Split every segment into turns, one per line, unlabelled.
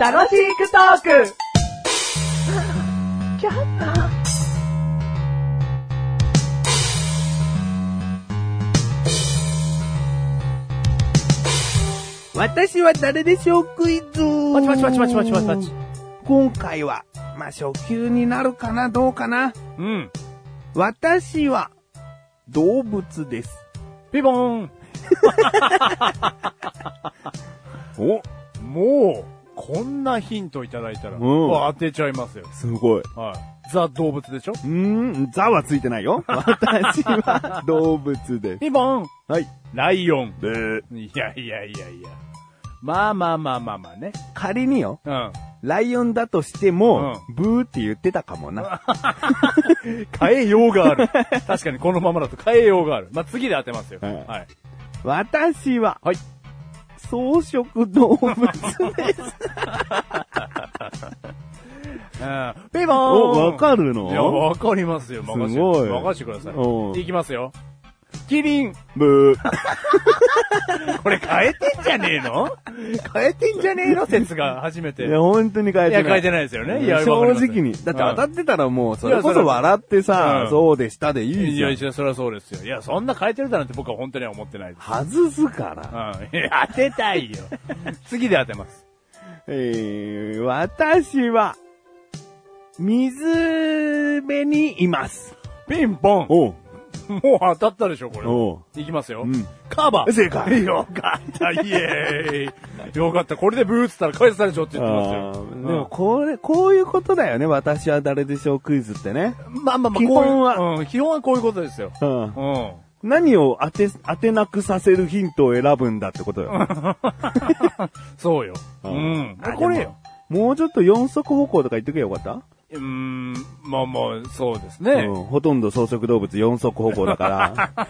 楽しくトーク
私は誰でしょうクイズ
パチパチパチパチパチパチパチ。
今回は、まあ、初級になるかなどうかな
うん。
私は、動物です。
ピボーンお、もう、こんなヒントいただいたら、
うん
もう当てちゃいますよ。
すごい。
はい。ザ動物でしょ
うーん、ザはついてない よ。私は、動物です。
ピボーン
はい。
ライオン。
で、
いやいやいやいや。まあまあまあまあまあね。
仮によ、
うん。
ライオンだとしても、ブーって言ってたかもな。
変えようがある。 確かにこのままだと変えようがある。まあ次で当てますよ。
はい
はい。
私は、
はい
草食動物です。
うん。ピボーン
お、わかる
いや、
の
わかりますよ。任せて。
すごい
任せてくださ
うん
い。いきますよ。キリン
ブー。
これ変えてんじゃねえの変えてんじゃねえの説が初めて。
い
い
や、
や、
本当に変えてない。
変えてないですよね。いや、
正
わかります
直に。だって当た
う
っ
ん
てたらもう、それこ
いやそ
そ
れ
笑ってさ
う、ん
そうでしたでいい
い
じゃ
や、
ん
い。や、そりゃそうですよ。いや、そんな変えてるだなんて僕は本当には思ってないです。
外すから。
うん。いや、当てたいよ。 次で当てます。
えー、私は、水辺にいます。
ピンポンも
おう。
う当たったでしょ、こ
お
れ。いきますよ。
うん
カバ
正解
よかった、イエーイ。よかった、これでブーっつったら返されちゃうって言ってます
あ
よ。
ーでも、これ、こういうことだよね。私は誰でしょうクイズってね。
まあまあまあ、
基本は
こういううん、基本はこういうことですよ。
うん
う。ん。
何を当て、当てなくさせるヒントを選ぶんだってことよ。
そうよ。う
うん
ん。
あ
これよ。
もうちょっと四足歩行とか言っとけばよかった
うーん、まあまあ、そうですね。
うん、ほとんど草食動物四足歩行だ から。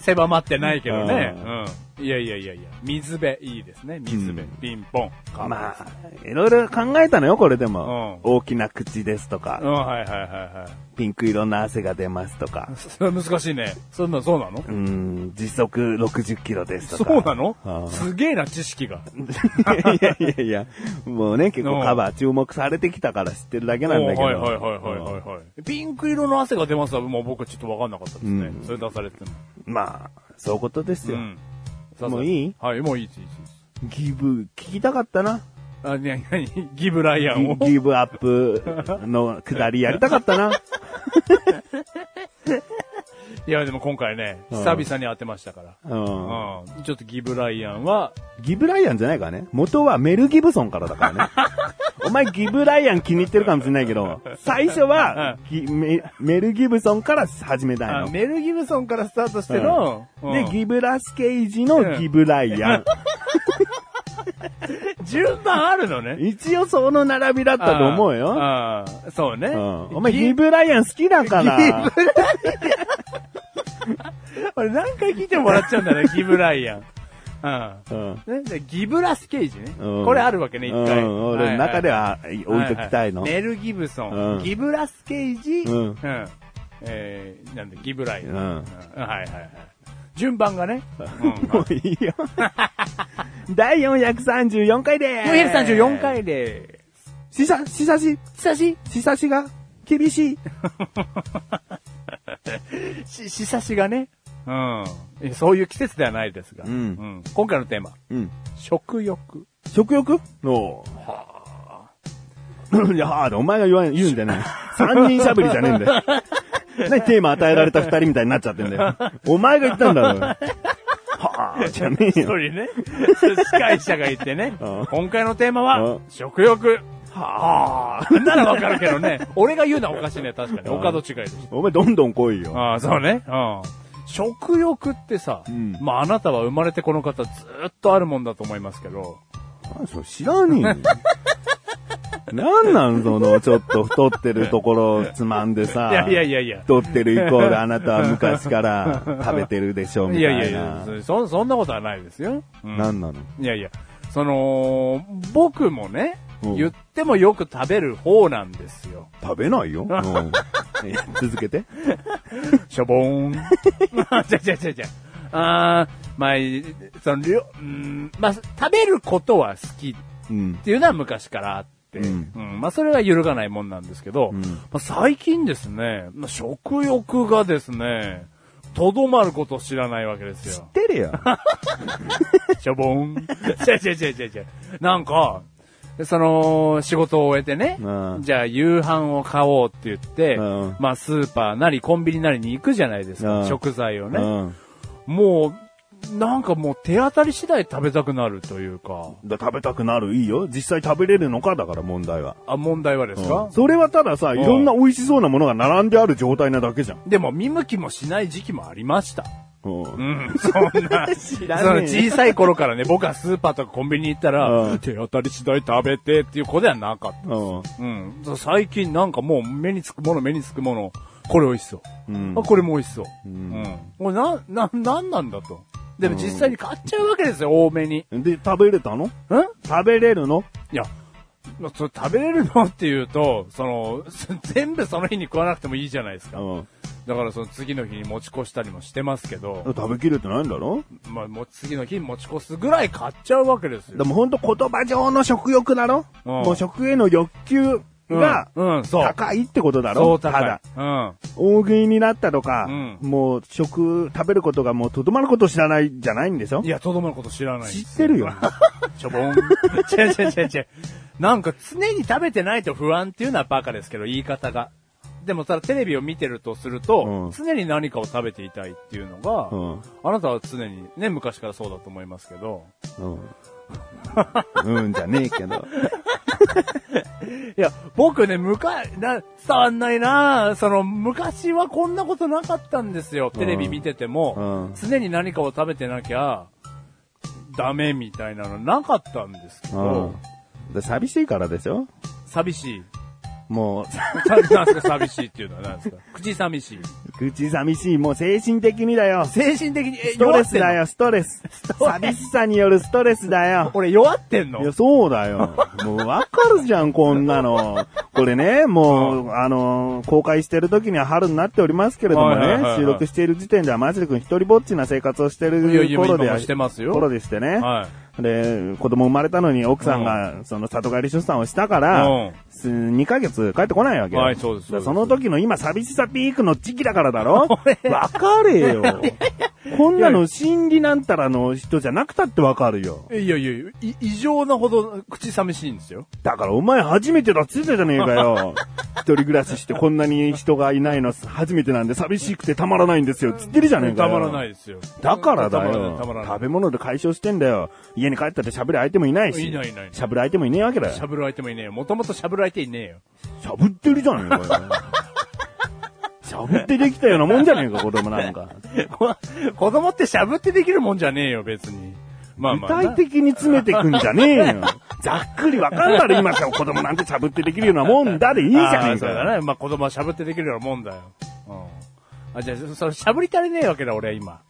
狭まってないけどね。
う
うん。いやいやいやいや、水辺、いいですね。水辺
うん、
ピンポン。カ
まあ、いろいろ考えたのよ、これでも。
う
大きな口ですと
うん、
か、
はいはいはいはい。
ピンク色の汗が出ますとか、
それは難しい ね。そんな、そうなの
うーん、時速60キロですと
そ
か。
うなの
うん
すげえな、知識が。
いやいやいや、もうね、結構カバー注目されてきたから知ってるだけなんだけど。
おーはいはいはいはいはいはい。ピンク色の汗が出ますは、もう僕はちょっとわかんなかったですね
う。ん
それ出されても。
うんまあ、そういうことです
う
よ。
ん。さすが
もういい
はい、もういいです、いいですいいです。
ギブ、聞きたかったな。
あ、にゃにゃに、ギブライアンを
ギ。ギブアップの下りやりたかった な。
いや、でも今回ね、
うん
久々に当てましたから。
うん、
うん。ちょっとギブライアンは、
ギブライアンじゃないからね。元はメル・ギブソンからだ からね。お前ギブライアン気に入ってるかもしれないけど、最初はギメメル・ギブソンから始めたい
あ
の。
メル・ギブソンからスタートしての、う
で
ん、
ギブラス・ケイジのギブライアン。
順番あるのね。
一応その並びだったと思うよ。
あー。あーそうね。
うんお前ギブライアン好きだから。
俺何回聞いても笑っちゃうんだ ね、ギブライアン。
う
う
ん
ん。ね、でギブラス・ケイジね。
うん
これあるわけね、一回。
うん俺の中では置い
はは
ときたいの。
ははメル・ギブソン、
うん
ギブラス・ケイジ、
うん
えー、なんで、ギブライアン。
うん
うんはいはいはい。順 番がね。うん
もういい よ。第434回でーす。
434回で
しさ、しさし、
ーす。久し
しさしが厳しい。
し、しさしがね。うん。えそういう季節ではないですが。
うん
ん今回のテーマ、
うん。
食欲。
食欲の。 いや、はぁ、お前が言わん、言うんじゃない。三人しゃぶりじゃねえんだ よ。何テーマ与えられた二人みたいになっちゃってんだよ。お前が言ったんだろ。はぁ、じゃねえ
一
よ。
人ね、司会者がいてね
うん、
今回のテーマ
う
は
ん、
食欲。はあ。ならわかるけどね、俺が言うのはおかしいね、確かに。
うん
お門違いでし
お前どんどん来い
た。
よ。
ああ、そうね。うん。食欲ってさ
うん、
まああなたは生まれてこの方ずっとあるもんだと思いますけど、
何それ知らねえよ。なんなんその、ちょっと太ってるところをつまんでさ。
いやいやいやいや
太ってるイコールあなたは昔から食べてるでしょ、みた
い
いな。
やいやいや、そそんなことはないですよ。うん
なんなの
いやいや、その、僕もね、
うん
言ってもよく食べる方なんですよ。
食べ ないよ。うん続けて。
しょぼーん。じゃじゃじゃじゃ。あーまあ、その、りょうん、まあ、食べることは好き
うん
っ。ていうのは昔からあって、
うん
うんまあ、それは揺るがないもんなんですけど、
うん
まあ、最近ですね、まあ、食欲がですね、とどまることを知らないわけです よ。
てれよ。
しょ ぼん。違う違う違う違う違う。なんか、その、仕事を終えてね、
うん
じゃあ夕飯を買おうって言って、
うん
まあスーパーなりコンビニなりに行くじゃないですか、
うん
食材を
う
ね、
ん。
もう、なんかもう手当たり次第食べたくなるというか、
だ食べたくなる、いいよ。実際食べれるのか、だから問題は。
あ、問題はです
う
か
ん、それはたださ、いろんな美味しそうなものが並んである状態なだけじゃん。
でも見向きもしない時期もありました。
う。
うん ん、そんな。
知
その小さい頃からね、僕はスーパーとかコンビニに行ったら、
うん
手当たり次第食べてっていう子ではなかった。うん。最近なんかもう目につくもの目につくもの、これ美味しそ
う
う。
ん
あ、これも美味しそう。うんん。これな、な、なんなんだと。でも実際に買っちゃうわけですよ、多めに。ん
うん。で、食べれたの食べれるの
いや、まあそれ食べれるのっていうと、その、 全部その日に食わなくてもいいじゃないですか。
うん。
だからその次の日に持ち越したりもしてますけど、
食べきれてないんだろ
まあもう次の日に持ち越すぐらい買っちゃうわけですよ。
でもほんと言葉上の食欲だろ
うん
もう食への欲求が
うん、うん、そう。
高いってことだろ
そう高
た
い
だ。。
うん。
大食いになったとか、
うん
もう食、食べることがもうとどまること知らないじゃないんでしょ
いや、とどまること知らない。
知ってるよ。
ちょぼん。違う違う違う違う。なんか常に食べてないと不安っていうのはバカですけど、言い方が。でもただテレビを見てるとすると、
うん
常に何かを食べていたいっていうのが、
うん
あなたは常にね、昔からそうだと思いますけど。
うん。うんじゃねえけど。
いや、僕ね、昔、な、伝わんないなその、昔はこんなことなかったんですよ。テレビ見てても、
うん
常に何かを食べてなきゃ、ダメみたいなのなかったんですけ
う
ど
ん、。で寂しいからでしょ
寂しい。
もう、
ななんですか、寂しいっていうのは何ですか 口寂しい。
口寂しい、もう精神的にだよ。
精神的に、え
ストレスだ
弱ってんの。
よ、ストレス。
トレス
寂しさによるストレスだよ。
俺弱ってん
いや、
の
そうだ よ。もうわかるじゃん、こんなの。これね、もう、あのー公開してる時には春になっておりますけれども
はいはいはいは
ね、
い
収録している時点では、マジで君一人ぼっちな生活をしてる
いやいや
頃で
今
は、
もしてますよ
頃でしてね。
は
で、子供生まれたのに奥さんが、その里帰り出産をしたから、
うん
す2ヶ月帰ってこないわけよ。
はいそうですそうです
だからその時の今、寂しさピークの時期だからだ ろわかれよ。こんなの心理なんたらの人じゃなくたってわかるよ。
い。いやいやいや、い異常なほど口寂しいんですよ。
だからお前初めてだっつってたねえか よ。一人暮らししてこんなに人がいないの初めてなんで寂しくてたまらないんですよ。つってるじゃねえか
た
よ。
まらないですよ。
だからだ
た
よ
まらない、。たまら
食
ない。
べ物で解消してんだよ。家に帰ったって喋る相手もいないし。
いないいない
喋る相手もいねえわけだ
し
よ。
ゃぶる相手もいねえよ。もともとしゃぶる相手いねえよ。
喋ってるじゃねえかよ。 喋ってできたようなもんじゃねえか、子供なんか。
こ 子供ってしゃぶってできるもんじゃねえよ、別に。まあ
具
まあ。
体的に詰めてくんじゃねえよ。ざっくりわかんだろ、今から子供なんて喋ってできるようなもんだでいいじゃ
あ
ね
ー
え
そ
か
う
よ。
だね。まあ子供はしゃぶってできるようなもんだよ。うん。あ、じゃあ、そのしゃぶり足りねえわけだ、俺は今。
だか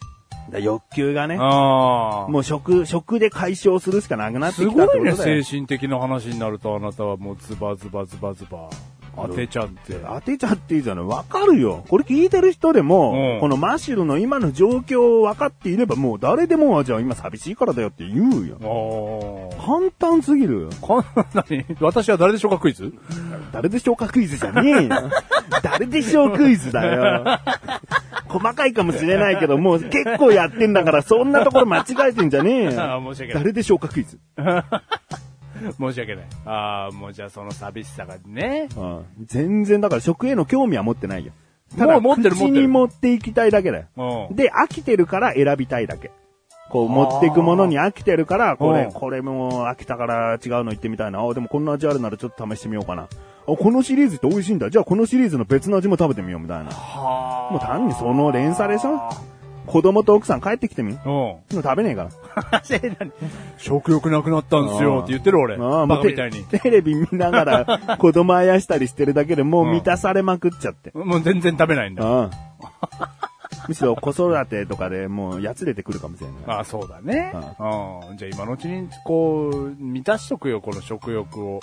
ら欲求がね。
ああ。
もう食、食で解消するしかなくなって
す
きたって
ごい
ことだ
ね、
よ。
精神的な話になるとあなたはもうズバズバズバズバ当てちゃって。
当てちゃっていいじゃない。わかるよ。これ聞いてる人でも、
うん
このマシュルの今の状況を分かっていれば、もう誰でも、あじゃあ今寂しいからだよって言うよ。
おー。
簡単すぎるよ。
こんなに、私は誰でしょうかクイズ
誰でしょうかクイズじゃねえ よ。誰でしょうクイズだよ。細かいかもしれないけど、もう結構やってんだから、そんなところ間違えてんじゃねえ
ああ、
よ。
申し訳ない。
誰でしょうかクイズ。
申し訳ない。ああ、もうじゃあその寂しさがね。
うん全然だから食への興味は持ってないよ。た
も
だ
う持ってる持ってる
口に持っていきたいだけだよ。
うん。
で、飽きてるから選びたいだけ。こう、持っていくものに飽きてるから、これ、
うん
これも飽きたから違うの行ってみたいな。あ、でもこんな味あるならちょっと試してみようかな。あ、このシリーズって美味しいんだ。じゃあこのシリーズの別の味も食べてみようみたいな。
はあ。
もう単にその連鎖でしょ子供と奥さん帰ってきてみ。も
うん。
う食べねえから。
食欲なくなったんですよって言ってる俺。
ああ
バ
も
カ
うテ
みたいに。
テレビ見ながら子供あやしたりしてるだけでもう満たされまくっちゃって。
もう全然食べないんだ。
うん。むしろ子育てとかでもうやつれてくるかもしれない。
ああ、そうだね。
う
うん。じゃあ今のうちに、こう、満たしとくよ、この食欲を。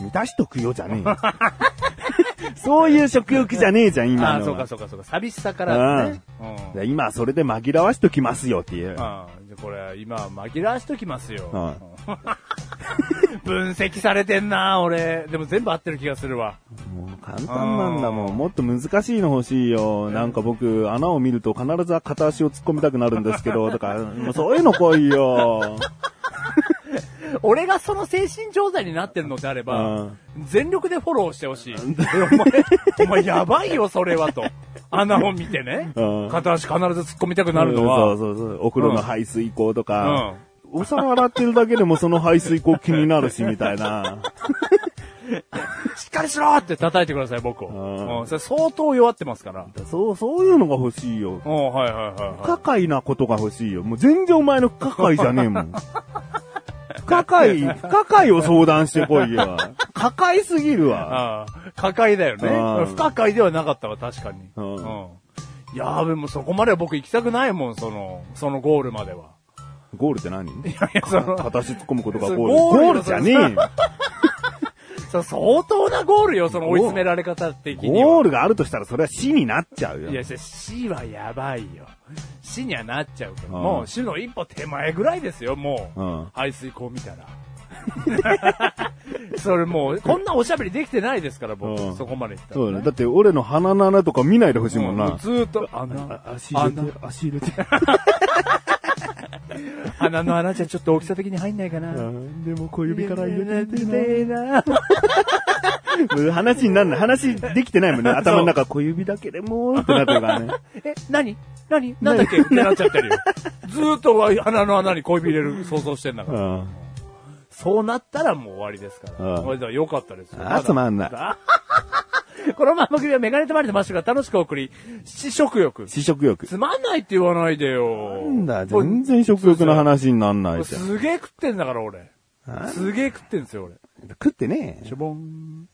満たしとくよじゃねえよ。 そういう食欲じゃねえじゃん、今のは。
ああ、そうかそうかそうか。寂しさからね。うん。
じゃあ今はそれで紛らわしときますよっていう。
ああじゃあこれ、今、紛らわしときますよ。
は
分析されてんな、俺。でも全部合ってる気がするわ。
もう簡単なんだも
うん
ん。もっと難しいの欲しいよ。なんか僕、穴を見ると必ず片足を突っ込みたくなるんですけど、と か、もうそういうの来いよ。
俺がその精神状態になってるのであれ
う
ば
ん、
全力でフォローしてほしい。お前、お前やばいよ、それはと。穴を見てね
うん。
片足必ず突っ込みたくなるのは。
そうそうそう。お風呂の排水口とか、お皿洗ってるだけでもその排水口気になるし、みたいな。
しっかりしろって叩いてください、僕を。
うん
うんそれ相当弱ってますから。
そう、そういうのが欲しいよ。
うん、はいはいはい
不
は
可解なことが欲しいよ。もう全然お前の不可解じゃねえも ん。不可解、不可解を相談してこいよ。可解すぎる
い。
わ。
ああ、可解だよ
う
ね。
ん
不可解ではなかったわ、確かに。
う
うん
ん。
いやー、でもそこまでは僕行きたくないもん、その、そのゴールまで は。
ゴールって何
いや、その、
片足突っ込むことがゴール。
そ
ゴ
れ
ー
ゴール
ルじゃねえよ。
そ相当なゴールよ、その追い詰められ方的には。
ゴールがあるとしたらそれは死になっちゃうよ。
いや、死はやばいよ。死にはなっちゃうけど、
うん
もう死の一歩手前ぐらいですよ、もう。
うん
排水口見たら。 それもう、こんなおしゃべりできてないですから、僕、
うん
そこまで行ったら
そうだね。だって俺の鼻の穴とか見ないでほしいもん
もう
な。
ずーっと、穴、
足入れて、足入れて。
穴の穴じゃちょっと大きさ的に入んないか な。
うんでも小指から入れてて
て
な。
な。
話になんない。話できてないもんね。頭の中小指だけでもーってなってるから ね。
え、何何 なんだっけってなっちゃってるよ。ずーっと穴の穴に小指入れる想像してんだから。
うん。
そうなったらもう終わりですから。
うん
これでは良かったですよ。
あつまんない
い。 この番組はメガネとまりでましたが楽しくお送り、試食欲。
試食欲。
つまんないって言わないでよ。
なんだ、
これ
全然食欲の話になんな
これ
いじゃん。
すげえ食ってんだから俺
あ。
すげえ食ってんですよ俺。
食ってねえ。
しょぼん。